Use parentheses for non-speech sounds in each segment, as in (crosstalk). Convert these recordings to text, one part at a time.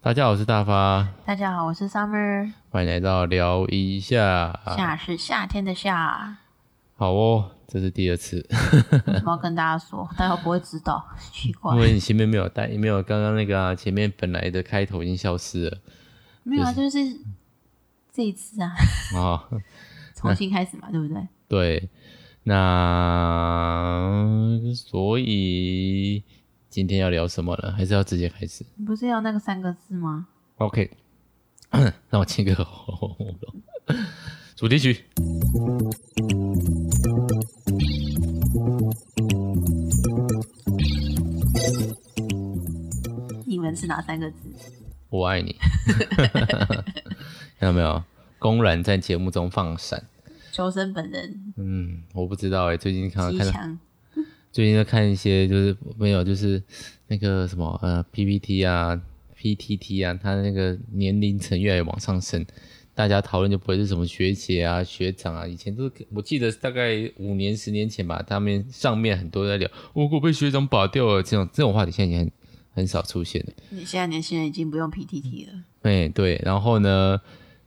大家好，我是大发，大家好，我是 Summer，欢迎来到聊一下。夏是夏天的夏。好哦，这是第二次，为什么要跟大家说？大家不会知道， (laughs) 奇怪因。为你前面没有带，没有刚刚那个啊，前面本来的开头已经消失了没有啊，就是这一 (laughs) 次啊，啊、哦重新开始嘛，对不对？对，那所以今天要聊什么呢？还是要直接开始你不是要那个三个字吗？ (coughs) ？OK，让我清个喉咙。主题曲，你们是哪三个字？我爱你， (laughs) 看到没有？公然在节目中放闪。求生本人嗯，我不知道哎、最近看极看到强，最近在看一些，就是没有，就是那个什么呃 PPT 啊、PTT 啊，它那个年龄层越来越往上升，大家讨论就不会是什么学姐啊、学长啊，以前都是我记得大概五年、十年前吧，他们上面很多在聊，哦我我被学长把掉了这种这种话题，现在已经很很少出现了。你现在年轻人已经不用 PTT 了，哎，对，然后呢，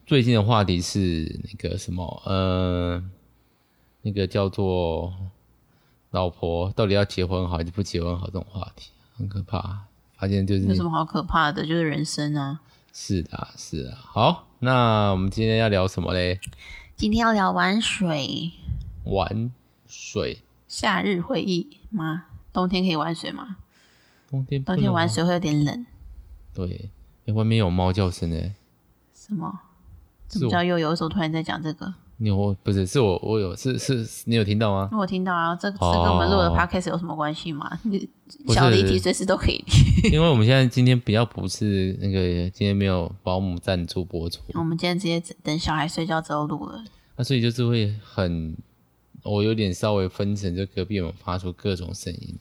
最近的话题是那个什么呃，那个叫做老婆到底要结婚好还是不结婚好这种话题，很可怕。发现就是有什么好可怕的？就是人生啊。是的啊，是的啊。好，那我们今天要聊什么嘞？今天要聊玩水，玩水，夏日回忆吗？冬天可以玩水吗？冬天不冬天能玩水会有点冷。对，哎，外面有猫叫声诶。什么？是哦怎么我叫又有一首突然在讲这个？你有不是是我我有是是是你有听到吗？ (laughs) 我听到啊，这这跟我们录的哦 podcast 有什么关系吗？你不小是离题随时都可以。因为我们现在今天比较不是那个今天没有保姆赞助播出，我们今天直接等小孩睡觉之后录了。那所以就是会很，我有点稍微分成，就隔壁有发出各种声音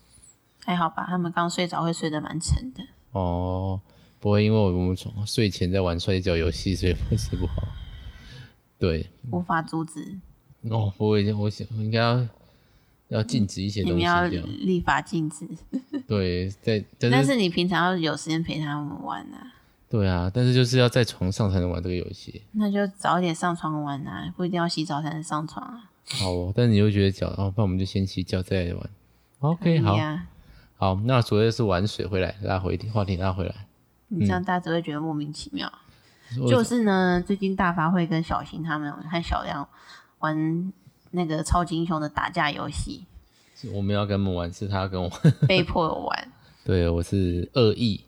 还好吧，他们刚睡着会睡得蛮沉的。哦，不会因为我们从睡前在玩摔跤游戏，所以不会睡不好。对，无法阻止。哦，不会，我想我应该要要禁止一些你东们西要这样。立法禁止，对，在但但是是你平常要有时间陪他们玩啊，对啊，但是就是要在床上才能玩这个游戏。那就早点上床玩啊，不一定要洗澡才能上床啊。好、哦，但你又觉得脚，哦，那我们就先洗脚再来玩。OK，可好以，啊，好，那主要是玩水回来，拉回话题拉回来。你这样大家只会觉得莫名其妙。嗯我就是呢，最近大发会跟小新他们和小亮玩那个超级英雄的打架游戏，我们要跟他们玩，是他要跟我玩。被迫玩。对，我是恶意，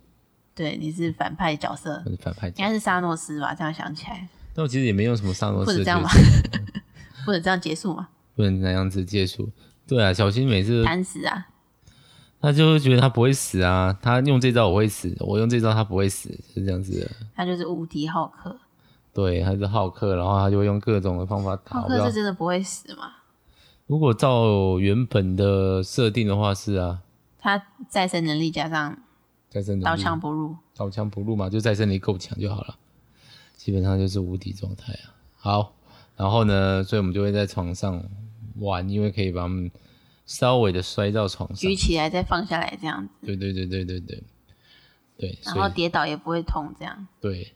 对，你是反派角色我，是反派角应。该是沙诺斯吧？这样想起来，但我其实也没用什么上头或者视这觉样，吧， (laughs) 或者这样结束嘛？不能那样子接触。对啊，小新每次惨死啊！他就会觉得他不会死啊，他用这招我会死，我用这招他不会死，就是这样子的。他就是无敌浩克，对，他是浩克，然后他就会用各种的方法打。浩我不知克道是真的不会死吗？如果照原本的设定的话，是啊，他再生能力加上再生能力刀枪不入，刀枪不入嘛，就再生能力够强就好了，基本上就是无敌状态啊。好，然后呢，所以我们就会在床上玩，因为可以把他们稍微的摔到床上举。起来再放下来这样子，对对对对对对对，然所后以跌倒也不会痛这样。对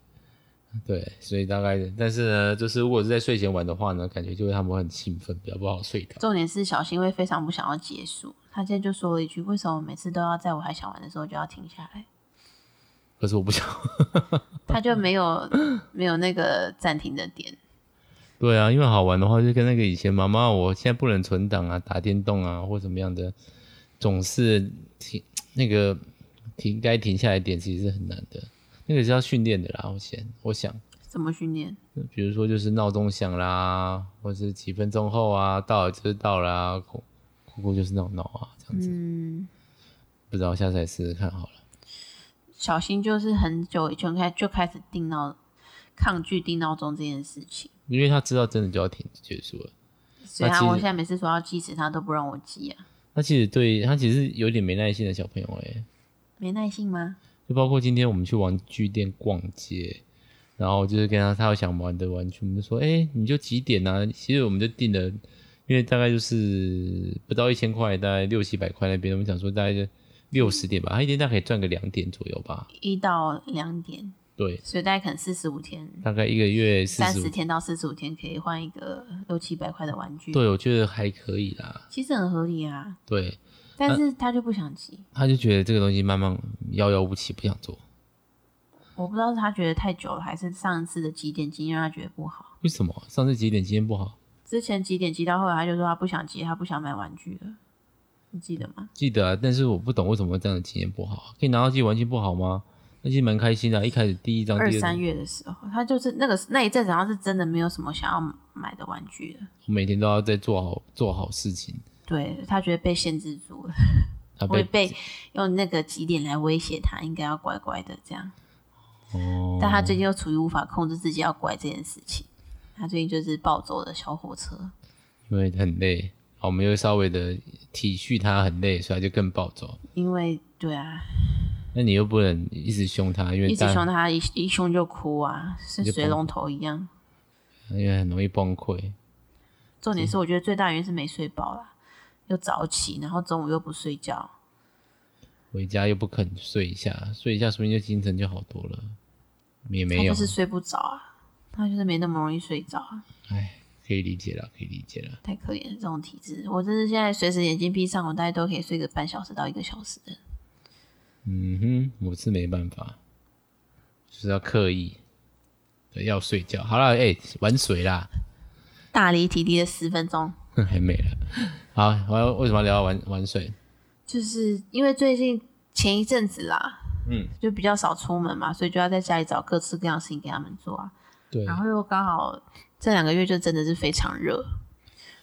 对，所以大概，但是呢，就是如果是在睡前玩的话呢，感觉就会他们会很兴奋，比较不好睡着。重点是小新会非常不想要结束，他现在就说了一句：“为什么每次都要在我还想玩的时候就要停下来可是我不想，？”他就没有 (laughs) 没有那个暂停的点，对啊，因为好玩的话就跟那个以前妈妈，我现在不能存档啊，打电动啊或怎么样的，总是停那个停该停下来的点，其实是很难的。那个是要训练的啦，我想，我想，怎么训练？比如说就是闹钟响啦，或是几分钟后啊，到了就是到啦，哭哭哭就是闹闹啊，这样子。嗯，不知道下次来试试看好了。小新就是很久以前开就开始定闹，抗拒定闹钟这件事情，因为他知道真的就要停结束了，所以那他其实我现在每次说要计时，他都不让我计啊，他其实对他其实有点没耐心的小朋友欸诶、没耐性吗？就包括今天我们去玩具店逛街，然后就是跟他他有想玩的玩具，我们就说，哎、你就几点啊？其实我们就定了，因为大概就是不到一千块，大概六七百块那边，我们想说大概就六十点吧，他一天大概可以赚个两点左右吧，一到两点，对，所以大概可能四十五天、大概一个月四三十十，天到四十五天可以换一个六七百块的玩具，，对我觉得还可以啦。其实很合理啊。对，呃但是他就不想急，他就觉得这个东西慢慢遥遥无期，不想做。我不知道是他觉得太久了，还是上一次的几点经验让他觉得不好。为什么？上次几点经验不好？之前几点急到后来，他就说他不想急，他不想买玩具了，你记得吗？记得啊，但是我不懂为什么这样的经验不好，啊可以拿到自己玩具不好吗？那其实蛮开心的啊、一开始第一张、二第二三张，月的时候，他就是那个那一阵子，好像是真的没有什么想要买的玩具了。我每天都要在做好做好事情。对他觉得被限制住了，他我也被被用那个几点来威胁他，应该要乖乖的这样。哦，但他最近又处于无法控制自己要乖这件事情，他最近就是暴走的小火车。因为很累，然后我们又稍微的体恤他很累，所以他就更暴走。因为对啊，那你又不能一直凶他，因为一直大凶他，一一凶就哭啊，是水龙头一样。因为很容易崩溃。重点是，我觉得最大原因是没睡饱啦，又早起，然后中午又不睡觉。回家又不肯睡一下，睡一下说不定就精神就好多了。也他没有就，是睡不着啊，他就是没那么容易睡着啊，哎、可以理解了，可以理解了。太可怜了这种体质。我真是现在随时眼睛闭上，我大概都可以睡个半小时到一个小时的。嗯哼，我是没办法，就是要刻意，对，要睡觉。好了，哎、玩水啦， (laughs) 大离体力的十分钟，还没了。好，我要为什么要聊到玩玩水？就是因为最近前一阵子啦，嗯，就比较少出门嘛，所以就要在家里找各式各样的事情给他们做啊。对，然后又刚好这两个月就真的是非常热，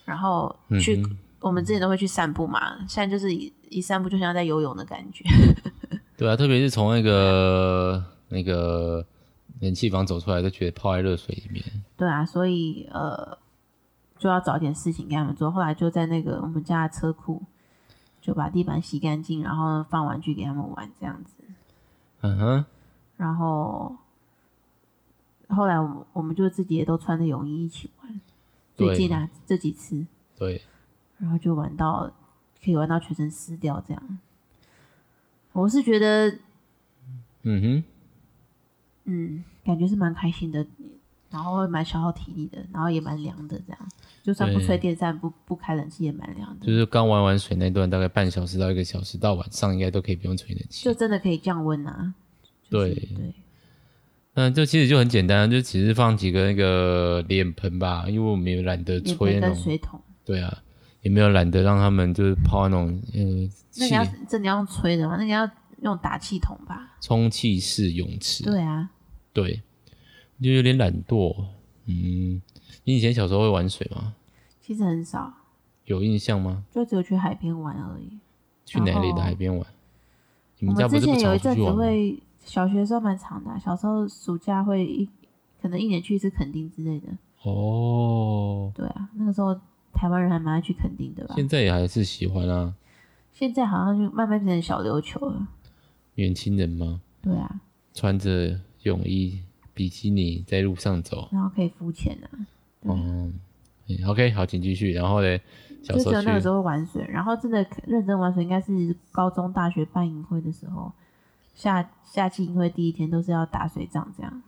然后嗯去、我们之前都会去散步嘛，现在就是一一散步就像在游泳的感觉。对啊，特别是从那个那个冷气房走出来，就觉得泡在热水里面。对啊，所以呃，就要找点事情给他们做。后来就在那个我们家的车库，就把地板洗干净，然后放玩具给他们玩这样子。嗯哼，然后后来我们我们就自己也都穿着泳衣一起玩。对最近啊，这几次，对，然后就玩到可以玩到全身湿掉这样。我是觉得，嗯哼。嗯，感觉是蛮开心的，然后会蛮消耗体力的，然后也蛮凉的这样。就算不对吹电扇，不不开冷气也蛮凉的，就是刚玩完水那段，大概半小时到一个小时，到晚上应该都可以不用吹冷气就。真的可以降温啊。就是对对，那这其实就很简单，就只是放几个那个脸盆吧，因为我们也懒得也不吹会那跟种，水桶，对啊，也没有懒得让他们就是泡那种呃那气个要真的要用吹的吗？那个要用打气筒吧？充气式泳池，对啊，对，就有点懒惰。嗯，你以前小时候会玩水吗？其实很少，有印象吗？就只有去海边玩而已。去哪里的海边玩？你哦我们家们不之是不前常有一出阵去子玩吗？会，小学的时候蛮长的啊、小时候暑假会一可能一年去一次垦丁之类的。哦，对啊，那个时候台湾人还蛮爱去垦丁的吧？现在也还是喜欢啊，现在好像就慢慢变成小琉球了。年轻人嘛，对啊，穿着泳衣、比基尼在路上走。然后可以浮潜啊，嗯嗯，OK，好，请继续。然后嘞，小就时只候有那个时去候会玩水，然后真的认真玩水应该是高中、大学办营会的时候，夏夏季营会第一天都是要打水仗这样。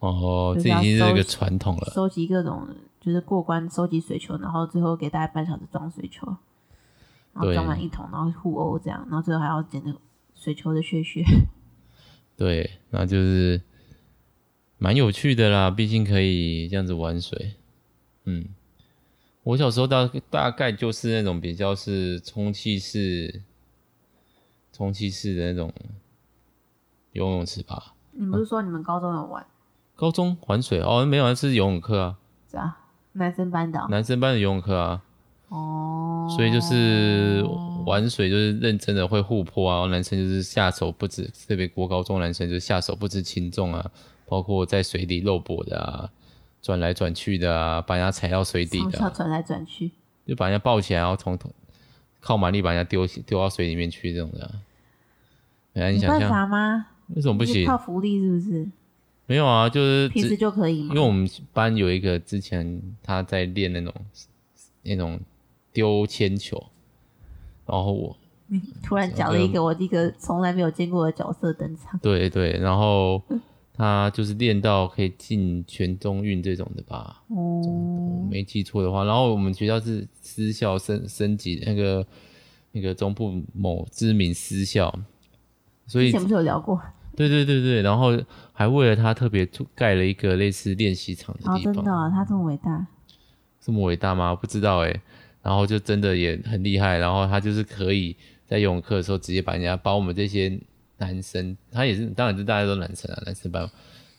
哦，就这是要已经是收一个传统了。收集各种就是过关收集水球，然后最后给大家半小时装水球，然后对装满一桶，然后互殴这样，然后最后还要捡那个水球的屑屑。对，那就是蛮有趣的啦，毕竟可以这样子玩水。嗯，我小时候大大概就是那种比较是充气式、充气式的那种游泳池吧。 (laughs) 你不是说你们高中有玩高中玩水哦，没有，那是游泳课啊，是啊？男生班的哦男生班的游泳课啊，哦，所以就是玩水就是认真的会互泼啊，然后男生就是下手不止，特别国高中男生就是下手不知轻重啊，包括在水里肉搏的啊，转来转去的啊，把人家踩到水底从的小啊、转来转去，就把人家抱起来，然后从头靠马力把人家丢丢到水里面去这种的啊、很难有想办象，法吗？为什么不你是行？靠福利是不是？没有啊，就是平只时就可以吗因为？我们班有一个之前他在练那种那种丢铅球，然后我 (laughs) 突然讲了一个我一个从来没有见过的角色登场，对对，然后他他就是练到可以进全中运这种的吧，我哦，没记错的话。然后我们学校是私校升升级那个那个中部某知名私校，所之以前不是有聊过对对对对，然后还为了他特别出盖了一个类似练习场的啊？地真方，的啊、他这么伟大，这么伟大吗？不知道哎、然后就真的也很厉害，然后他就是可以在游泳课的时候直接把人家把我们这些男生，他也是当然是大家都男生啊，男生班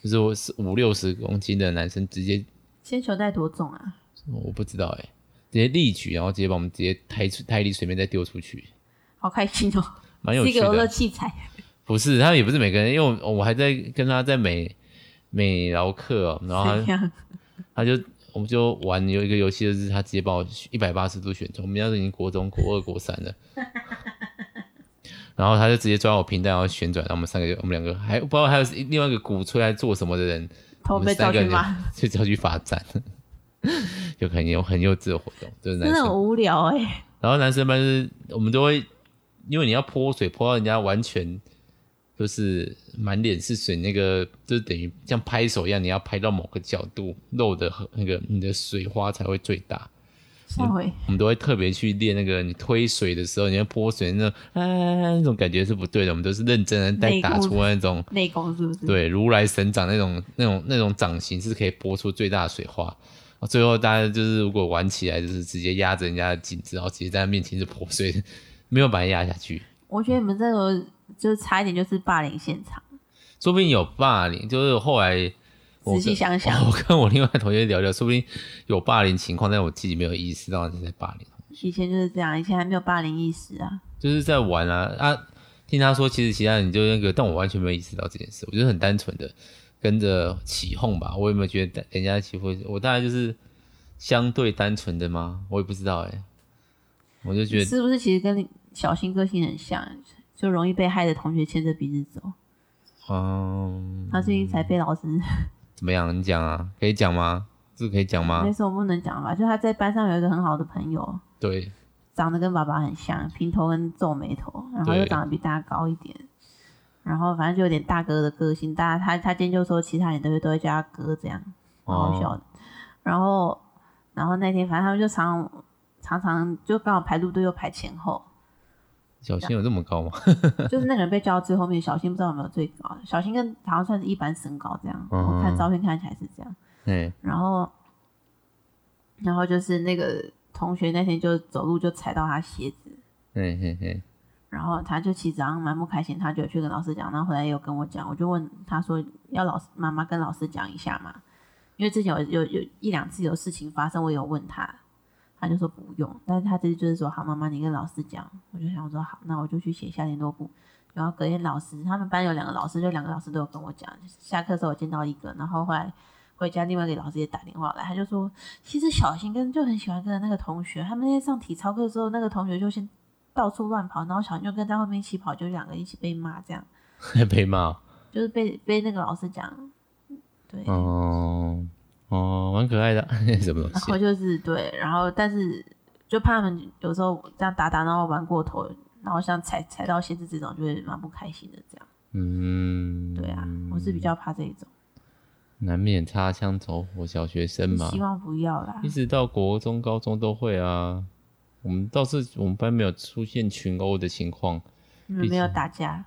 就是我是五六十公斤的男生直接铅球带多重啊？我不知道哎、直接力举，然后直接把我们直接抬出抬离水面再丢出去，好开心哦，蛮有 (laughs) 是一趣个游乐的。器材。不是他也不是每个人，因为我我还在跟他在美美劳课、哦，然后他怎样？他就我们就玩有一个游戏，就是他直接把我一百八十度旋转，我们那时候已经国中、国二、国三了。 (laughs) 然后他就直接抓我平带，然后旋转，然后我们三个就，我们两个还不知道还有另外一个鼓吹还做什么的人，我头们被三叫个去人吗？就就要去罚站， (laughs) 就很有很幼稚的活动，就是男真的很生。无聊哎、 (laughs) 然后男生班就是我们都会，因为你要泼水泼到人家完全就是满脸是水，那个就是等于像拍手一样，你要拍到某个角度漏的和那个你的水花才会最大。下回我们都会特别去练那个你推水的时候，你要泼水那种，哎，那种感觉是不对的。我们都是认真的在内打功出那种内功是不是？，对，如来神掌那种、那种、那种掌型是可以拨出最大的水花。哦最后大家就是如果玩起来，就是直接压着人家的颈子，然后直接在他面前是泼水， (laughs) 没有把人压下去。我觉得你们这个就是差一点就是霸凌现场。说不定有霸凌，就是后来我仔细跟想 (laughs) 想我跟我另外同学聊聊，说不定有霸凌情况，但我自己没有意识到你在霸凌，以前就是这样，以前还没有霸凌意识啊。就是在玩啊啊！听他说，其实其他人就那个，但我完全没有意识到这件事，我就是很单纯的跟着起哄吧，我也没有觉得人家欺负我，大概就是相对单纯的吗？我也不知道哎、我就觉得是不是其实跟你小新个性很像，就容易被害的同学牵着鼻子走。嗯，他最近才被老师，怎么样？你讲啊，可以讲吗？这个可以讲吗那？时候不能讲吧，就他在班上有一个很好的朋友，对，长得跟爸爸很像，平头跟皱眉头，然后又对长得比大家高一点，然后反正就有点大哥的个性。大家他他今天就说其他人都会都会叫他哥这样，蛮好啊笑哦，的。然后然后那天反正他们就常常常就刚好排路队又排前 (laughs) 后，小新有这么高吗？ (laughs) 就是那个人被叫到最后面，小新不知道有没有最高，小新跟好像算是一般身高这样，嗯我看照片看起来是这样。哎，然后，然后就是那个同学那天就走路就踩到他鞋子，嘿嘿嘿， (laughs) 然后他就其实好像蛮不开心，他就有去跟老师讲，然后回来也有跟我讲，我就问他说要老师妈妈跟老师讲一下嘛，因为之前有有有一两次有事情发生，我有问他，他就说不用，但是他这次就是说好，妈妈你跟老师讲，我就想说好，那我就去写下联络簿，然后隔天老师他们班有两个老师，就两个老师都有跟我讲，下课的时候我见到一个，然后后来。回家，另外一个老师也打电话来，他就说，其实小新跟就很喜欢跟那个同学，他们那天上体操课的时候，那个同学就先到处乱跑，然后小妞跟在后面一起跑，就两个一起被骂，这样还被骂哦就是被被那个老师讲，对，哦哦，蛮可爱的， (laughs) 什么东然西后？就是对，然后但是就怕他们有时候这样打打闹闹玩过头，然后像踩踩到鞋子这种，就会蛮不开心的，这样嗯，对啊，我是比较怕这一种，难免擦枪走火，小学生嘛希，望啊不要啦一。直到国中、高中都会啊。我们倒是我们班没有出现群殴的情况，你们没有打架，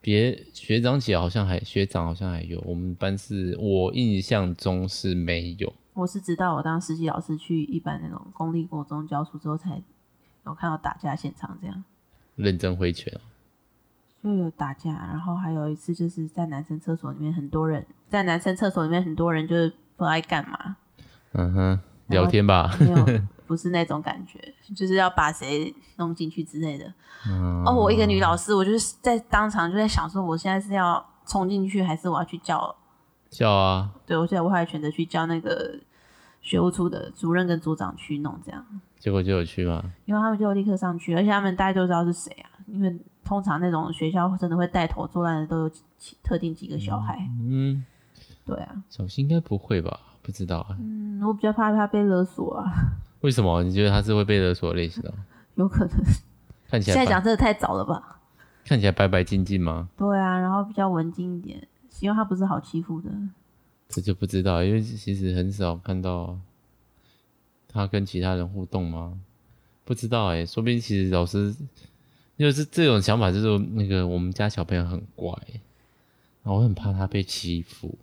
别学长姐好像还学长好像还有，我们班是我印象中是没有。我是直到我当实习老师去一般那种公立国中教书之后，才有看到打架现场这样。认真挥拳啊，就有打架，然后还有一次就是在男生厕所里面，很多人在男生厕所里面，很多人就是不知道在干嘛，嗯哼，聊天吧。没 (laughs) 有不是那种感觉，就是要把谁弄进去之类的。嗯哦，我一个女老师，我就是在当场就在想说，我现在是要冲进去，还是我要去叫？笑啊，对我现在我还选择去叫那个学务处的主任跟组长去弄这样，结果就有去嘛。因为他们就立刻上去，而且他们大家都知道是谁啊，因为通常那种学校真的会带头作乱的都有几几特定几个小孩，嗯，对啊。小新应该不会吧？不知道啊，嗯，我比较怕他被勒索啊，为什么你觉得他是会被勒索的类型的？啊有可能。看起现来在白讲这个太早了吧？看起来白白净净吗？对啊，然后比较文静一点，希望他不是好欺负的。这就不知道，因为其实很少看到他跟其他人互动嘛，不知道哎、说不定其实老师就是这种想法，就是那个我们家小朋友很乖，然后我很怕他被欺负。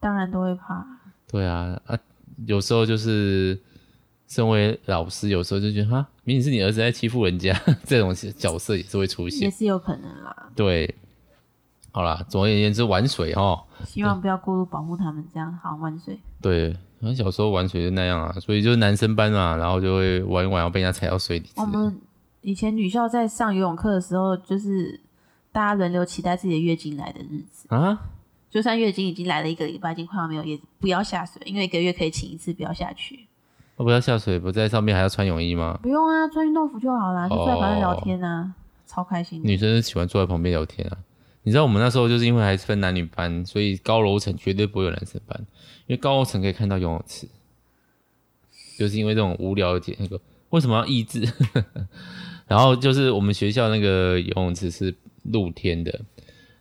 当然都会怕，对啊，啊，有时候就是身为老师，有时候就觉得哈，明明是你儿子在欺负人家， (laughs) 这种角色也是会出也现。是有可能啦。对，好啦，总而言之，玩水哦。希望不要过度保护他们，这样好万岁。对，反正小时候玩水就那样啊，所以就是男生班嘛，然后就会玩一玩，然后被人家踩到水里之我类的。们以前女校在上游泳课的时候，就是大家轮流期待自己的月经来的日子，啊，就算月经已经来了一个礼拜，已经快要没有，也不要下水，因为一个月可以请一次，不要下去。哦我不要下水，不在上面还要穿泳衣吗？不用啊，穿运动服就好啦，就坐在旁边聊哦天啊，超开心的。女生是喜欢坐在旁边聊天啊。你知道我们那时候就是因为还是分男女班，所以高楼层绝对不会有男生班，因为高楼层可以看到游泳池。就是因为这种无聊的节那个为什么要抑制？ (laughs) 然后就是我们学校那个游泳池是露天的，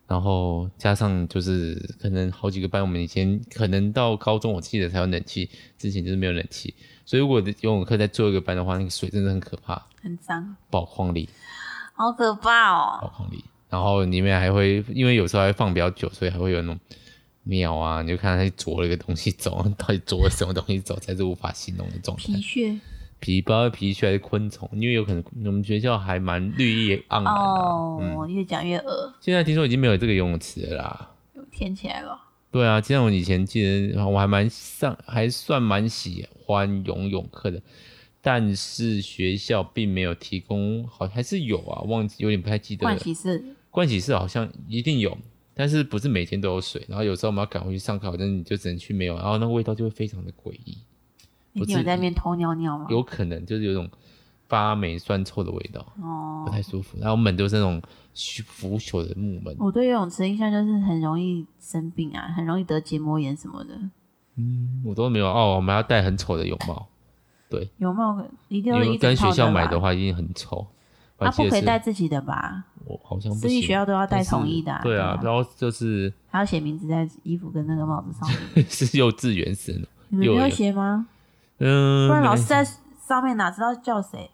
然后加上就是可能好几个班，我们以前可能到高中我记得才有冷气，之前就是没有冷气，所以如果游泳课在最后一个班的话，那个水真的很可怕，很脏，爆框力。好可怕哦！宝矿力，然后里面还会因为有时候还放比较久，所以还会有那种鸟啊，你就看它啄了一个东西走，到底啄了什么东西走，才是无法形容的状态皮。屑皮包皮屑还是昆虫，因为有可能我们学校还蛮绿意盎然的、哦，嗯，越讲越恶，现在听说已经没有这个游泳池了啦。填起来了。对啊，就像我以前记得，我还蛮上，还算蛮喜欢游泳课的，但是学校并没有提供，好还是有啊，忘记有点不太记得了换。洗是盥洗室好像一定有，但是不是每天都有水。然后有时候我们要赶回去上课，好像你就只能去没有，然后那味道就会非常的诡异，你不有是在那边偷尿尿吗？有可能就是有一种发霉酸臭的味道，哦不，太舒服。然后门都是那种虚腐朽的木门，我对游泳池的印象就是很容易生病啊，很容易得结膜炎什么的。我都没有哦。我们要戴很丑的泳帽，有帽一定因要一为整跟学套校吧买的，话一定很丑。我他还不记可得以是带自己的吧？我好像不私立行学校都要带但是统一的啊对啊，对然后就是 (laughs) 还要写名字在衣服跟那个帽子上面。是幼稚园生，(laughs) 你们有没有有写吗？嗯，不然老没师在上面哪知道 (laughs) 叫谁？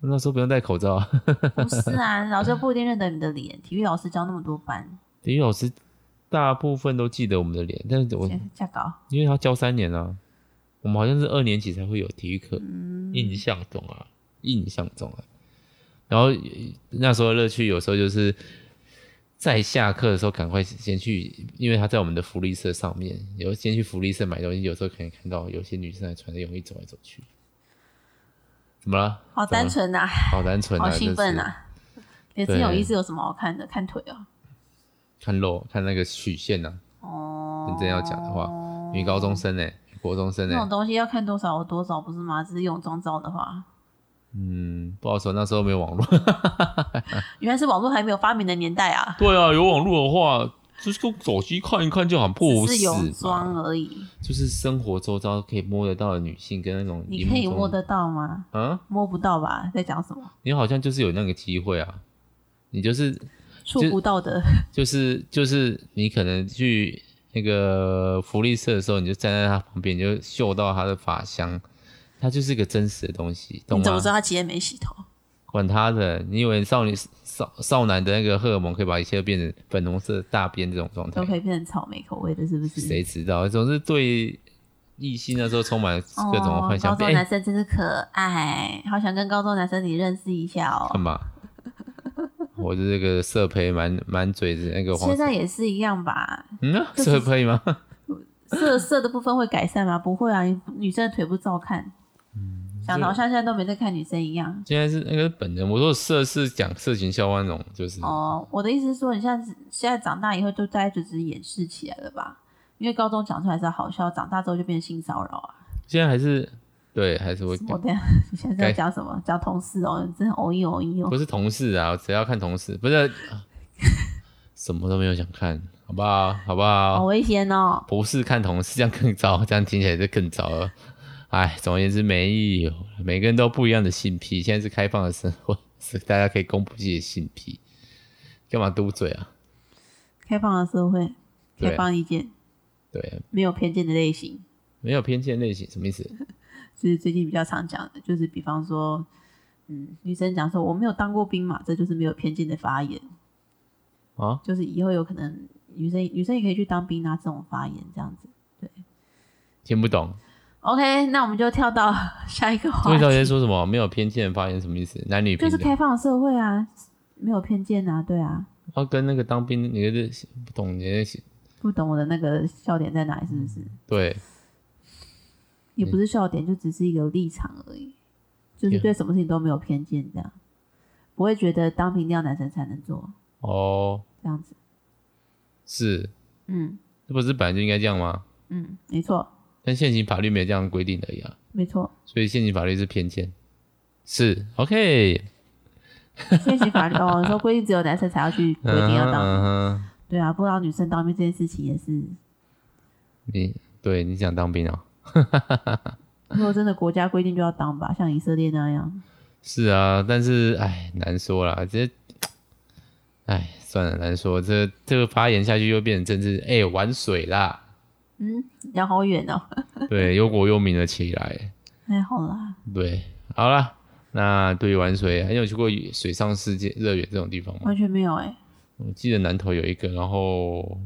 那时候不用戴口罩啊，不是啊，老师不一定认得你的脸。体育老师教那么多班，体育老师大部分都记得我们的脸，但是我下稿。因为他教三年啊，我们好像是二年级才会有体育课，嗯印象中啊，印象中啊。然后那时候的乐趣有时候就是在下课的时候赶快先去，因为他在我们的福利社上面，有先去福利社买东西，有时候可能看到有些女生还穿着泳衣走来走去。怎么了？好怎么单了，纯啊，好单纯啊！好兴奋就是！啊！也是有对意思，有什么好看的？看腿哦。看肉，看那个曲线啊，哦，认真要讲的话，女高中生呢、欸国中生呢、那种东西要看多少有多少，不是吗？只是泳装照的话，嗯，不好说，那时候没有网络。原来是网络还没有发明的年代啊，对啊，有网络的话，就是用手机看一看就很只不是泳死嘛装而已。就是生活周遭可以摸得到的女性跟那种你荧幕可以中摸得到吗？啊，摸不到吧？在讲什么？你好像就是有那个机会啊，你就是触不到的，就是就是你可能去那个福利社的时候，你就站在她旁边，你就嗅到她的发香，它就是一个真实的东西，懂啊吗？你怎么知道他今天没洗头？管他的，你以为少女少少男的那个荷尔蒙可以把一切都变成粉红色大便这种状态都？可以变成草莓口味的，是不是？谁知道？总是对异性那时候充满哦，各种的幻想。高中哎男生真是可爱，好想跟高中男生你认识一下干哦。嘛？ (laughs) 我的这个色胚满满嘴子那个黄现，在也是一样吧？嗯、啊，这是色胚吗？ (laughs) 色色的部分会改善吗？不会啊，你女生的腿部照看。想这的好像现在都没在看女生一样。现在是那个本人，我说色是讲色情笑话那种，就是、哦，我的意思是说，你现在现在长大以后，就大概就只是掩饰起来了吧？因为高中讲出来是好笑，长大之后就变成性骚扰啊。现在还是对，还是会我等一下， (laughs) 你现在在讲什么？讲同事哦，你真的偶一偶一哦不。是同事啊，只要看同事，不是、 (laughs) 啊什么都没有想看，好不好？好不好好？危险哦！不是看同事，这样更糟， (laughs) 这样听起来就更糟了。哎，总而言之，没有，每个人都不一样的性癖。现在是开放的社会，是大家可以公布自己的性癖。干嘛嘟嘴啊？开放的社会，开对啊放意见，对，啊没有偏见的类型，没有偏见类型什么意思？就是最近比较常讲的，就是比方说，嗯，女生讲说我没有当过兵嘛，这就是没有偏见的发言，啊，就是以后有可能女生女生也可以去当兵啊，这种发言这样子。听不懂。 OK，那我们就跳到 (laughs) 下一个所话以题到，底在说什么？没有偏见发言什么意思？男女平啊就是等？开放的社会啊，没有偏见啊，对啊，啊，跟那个当兵，你是不懂，你是不懂我的那个笑点在哪里，是不是？对也不是笑点，就只是一个立场而已，就是对什么事情都没有偏见，这样不会觉得当兵一定要男生才能做哦，这样子。是，嗯这不是本来就应该这样吗？嗯，没错但现行法律没有这样规定而已啊，没错，所以现行法律是偏见。是，OK，现行法律哦说规定只有男生才要去规定要嗯当兵，哼嗯哼对啊，不让女生当兵这件事情也是，你对你想当兵啊？如果真的国家规定就要当吧，像以色列那样，是啊，但是哎，难说啦，这，哎，算了，难说。这这个发言下去又变成政治，哎，玩水啦，嗯，聊好远哦， (laughs) 对，忧国忧民了起来。还好啦，对，好啦，那对于玩水，哎你有去过水上世界乐园这种地方吗？完全没有哎、我记得南投有一个，然后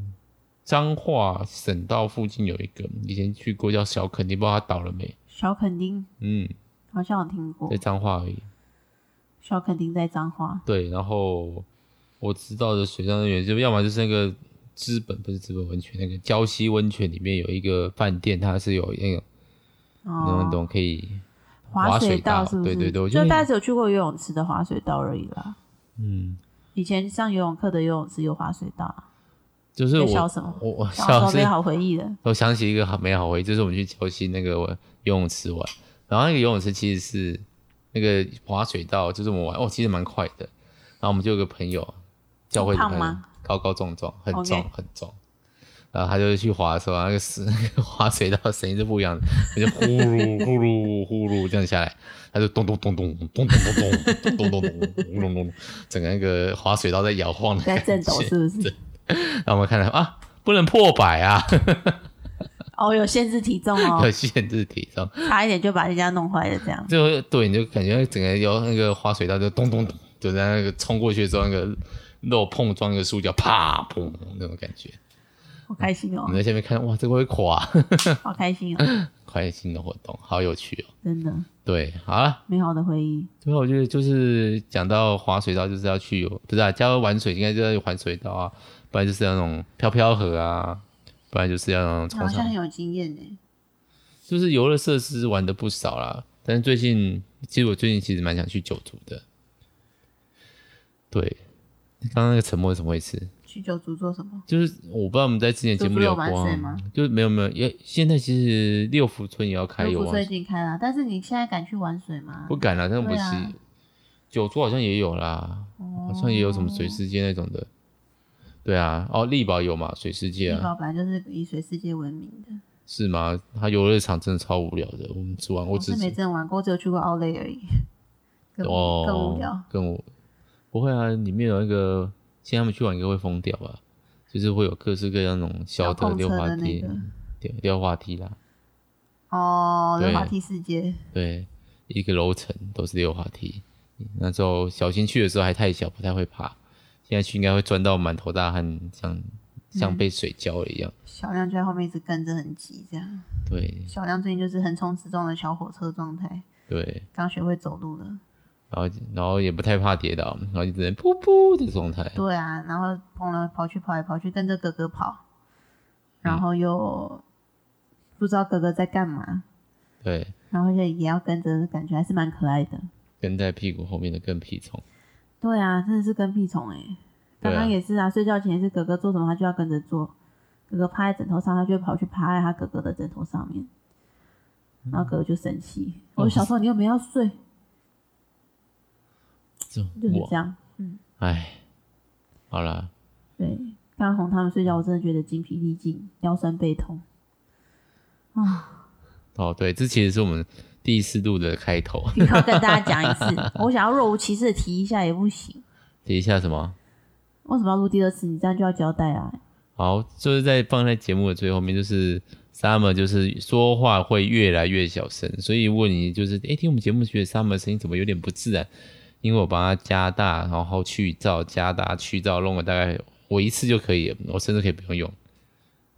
彰化省道附近有一个，以前去过叫小垦丁，不知道它倒了没。小垦丁嗯，好像有听过在，彰化而已。小垦丁在彰化，对，然后我知道的水上乐园，就要么就是那个资本，不是资本温泉，那个礁溪温泉里面有一个饭店，它是有那个那哦种，懂可以，滑滑水水道是不是？对对对我觉就得大家只有去过游泳池的滑水道而已啦。嗯，以前上游泳课的游泳池有滑水道啊， (laughs) 就是在笑我什么我我小时笑候是美好回忆的。我想起一个好美好回忆，就是我们去礁溪那个游泳池玩，然后那个游泳池其实是那个滑水道，就是我们玩哦，其实蛮快的。然后我们就有个朋友，教会的胖朋友吗，高高壮壮，很 OK 壮很壮。然后他就去滑的时候，那个是那个滑水道的声音是不一样的，他就呼噜呼噜呼噜这样下来，他就咚咚咚咚咚咚咚咚咚咚咚咚咚咚咚，整个那个滑水道在摇晃的在感觉。震抖是不是？然后我们看到啊，不能破百啊， (laughs) 哦，有限制体重哦有，限制体重。差一点就把人家弄坏了这样。最后对，你就感觉整个有那个滑水道就咚咚咚，就在那个冲过去之后，那个肉碰撞那个塑胶，啪砰那种感觉。好开心 (laughs) 哦你，在下面看，哇，这个会垮，好开心哦，开心的活动，好有趣哦。真的对，好了，美好的回忆。最后我觉得就是讲到滑水道，就是要去有，不是啊，加入玩水应该就是要玩水道啊，不然就是要那种飘飘河啊，不然就是要那种你冲好像上很，有经验欸呢。就是游乐设施玩的不少啦。但是最近，其实我最近其实蛮想去九族的。对，刚刚那个沉默是什么回事？去九族做什么？就是我不知道我们在之前节目里有播九族有玩水啊吗，就是没有没有，也现在其实六福村也要开九有族啊最，近开了，但是你现在敢去玩水吗不？敢啦，但我对是、啊九族好像也有啦，好好像也有什么水世界那种的，对啊，哦力宝有嘛，水世界地啊，方本来就是以水世界闻名的。是吗？它游乐场真的超无聊的，我们只玩过我自是没己真的玩过，只有去过奥莱而已。更哦，更无聊。更无不会啊，里面有那个，现在他们去玩应该会疯掉吧，就是会有各式各样那种小的碰溜车滑的那梯个，对，溜滑梯啦。哦，对溜滑梯世界，对，一个楼层都是溜滑梯。那时候小新去的时候还太小，不太会爬，现在去应该会钻到满头大汗，嗯像像被水浇了一样。小亮就在后面一直跟着很急，这样。对小亮最近就是横冲直撞的小火车状态，对，刚学会走路了。然后然后也不太怕跌倒，然后就只能噗噗的状态。对啊，然后跑来跑去，跑来跑去，跟着哥哥跑，嗯然后又不知道哥哥在干嘛，对，然后就也要跟着，感觉还是蛮可爱的。跟在屁股后面的更屁虫。对啊，真的是跟屁虫哎、刚对啊刚也是啊，睡觉前也是哥哥做什么，他就要跟着做。哥哥趴在枕头上，他就会跑去趴在他哥哥的枕头上面，然后哥哥就生气。嗯哦我小时候你又没要睡，这就是这我样。哎，好啦，对，刚刚哄他们睡觉，我真的觉得精疲力尽，腰酸背痛。啊，哦对，这其实是我们第四度的开头。又要跟大家讲一次， (laughs) 我想要若无其事的提一下也不行。提一下什么？为什么要录第二次？你这样就要交代啊！好，就是在放在节目的最后面，就是 Summer 就是说话会越来越小声，所以问你就是，诶，听我们节目觉得 Summer 的声音怎么有点不自然？因为我帮他加大，然后去噪、加大、去噪，弄了大概我一次就可以了，我甚至可以不用用，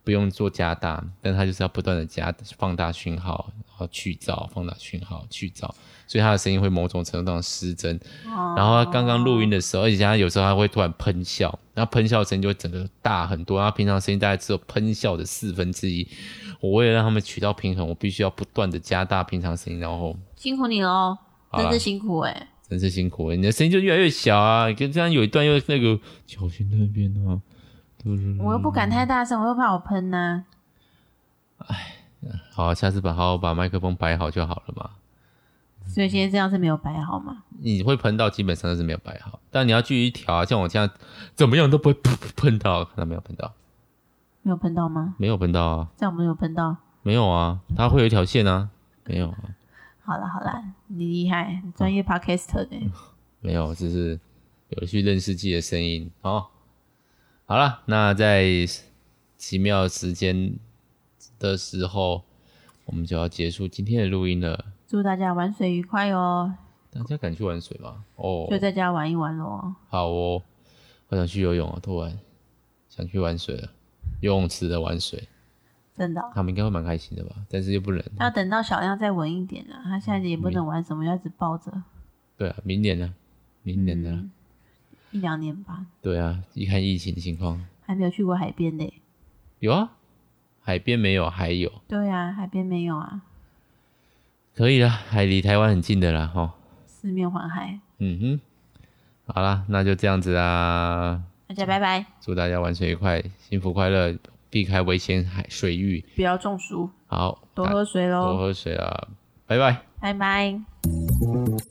不用做加大，但他就是要不断的加放大讯号，然后去噪、放大讯号、去噪，所以他的声音会某种程度上失真。哦然后他刚刚录音的时候，而且他有时候他会突然喷笑，那喷笑声就会整个大很多。他平常声音大概只有喷笑的四分之一。我为了让他们取到平衡，我必须要不断的加大平常声音，然后辛苦你喽，好啦真是辛苦哎、真是辛苦了，你的声音就越来越小啊！你跟这样有一段又那个小心那边啊，嗯我又不敢太大声，我又怕我喷呐、好，下次把好好把麦克风摆好就好了嘛。所以现在这样是没有摆好嘛？你会喷到基本上都是没有摆好，但你要继续调啊，像我这样怎么样都不会噗噗喷到，看到没有喷到，没有喷到吗？没有喷到啊。这样我们有喷到。没有啊，它会有一条线啊，没有啊，好了好了，嗯你厉害，你专业 podcaster 的、没有，只是有去认识自己的声音哦。好了，那在奇妙时间的时候，我们就要结束今天的录音了。祝大家玩水愉快哦！大家敢去玩水吗？哦，就在家玩一玩喽。好哦，我想去游泳哦，突然想去玩水了，游泳池的玩水，真的哦、他们应该会蛮开心的吧？但是又不能，要等到小亮再稳一点啊，他现在也不能玩什么，要一直抱着。对啊，明年呢？明年呢？啊嗯一两年吧，对啊，一看疫情情况，还没有去过海边嘞。有啊，海边没有，还有。对啊，海边没有啊，可以啦，还离台湾很近的啦，哈。四面环海。嗯哼，好啦，那就这样子啦，大家拜拜，祝大家玩水愉快，幸福快乐，避开危险海水域。不要中暑，好，多喝水哦大多喽。喝水啦，拜拜。拜拜。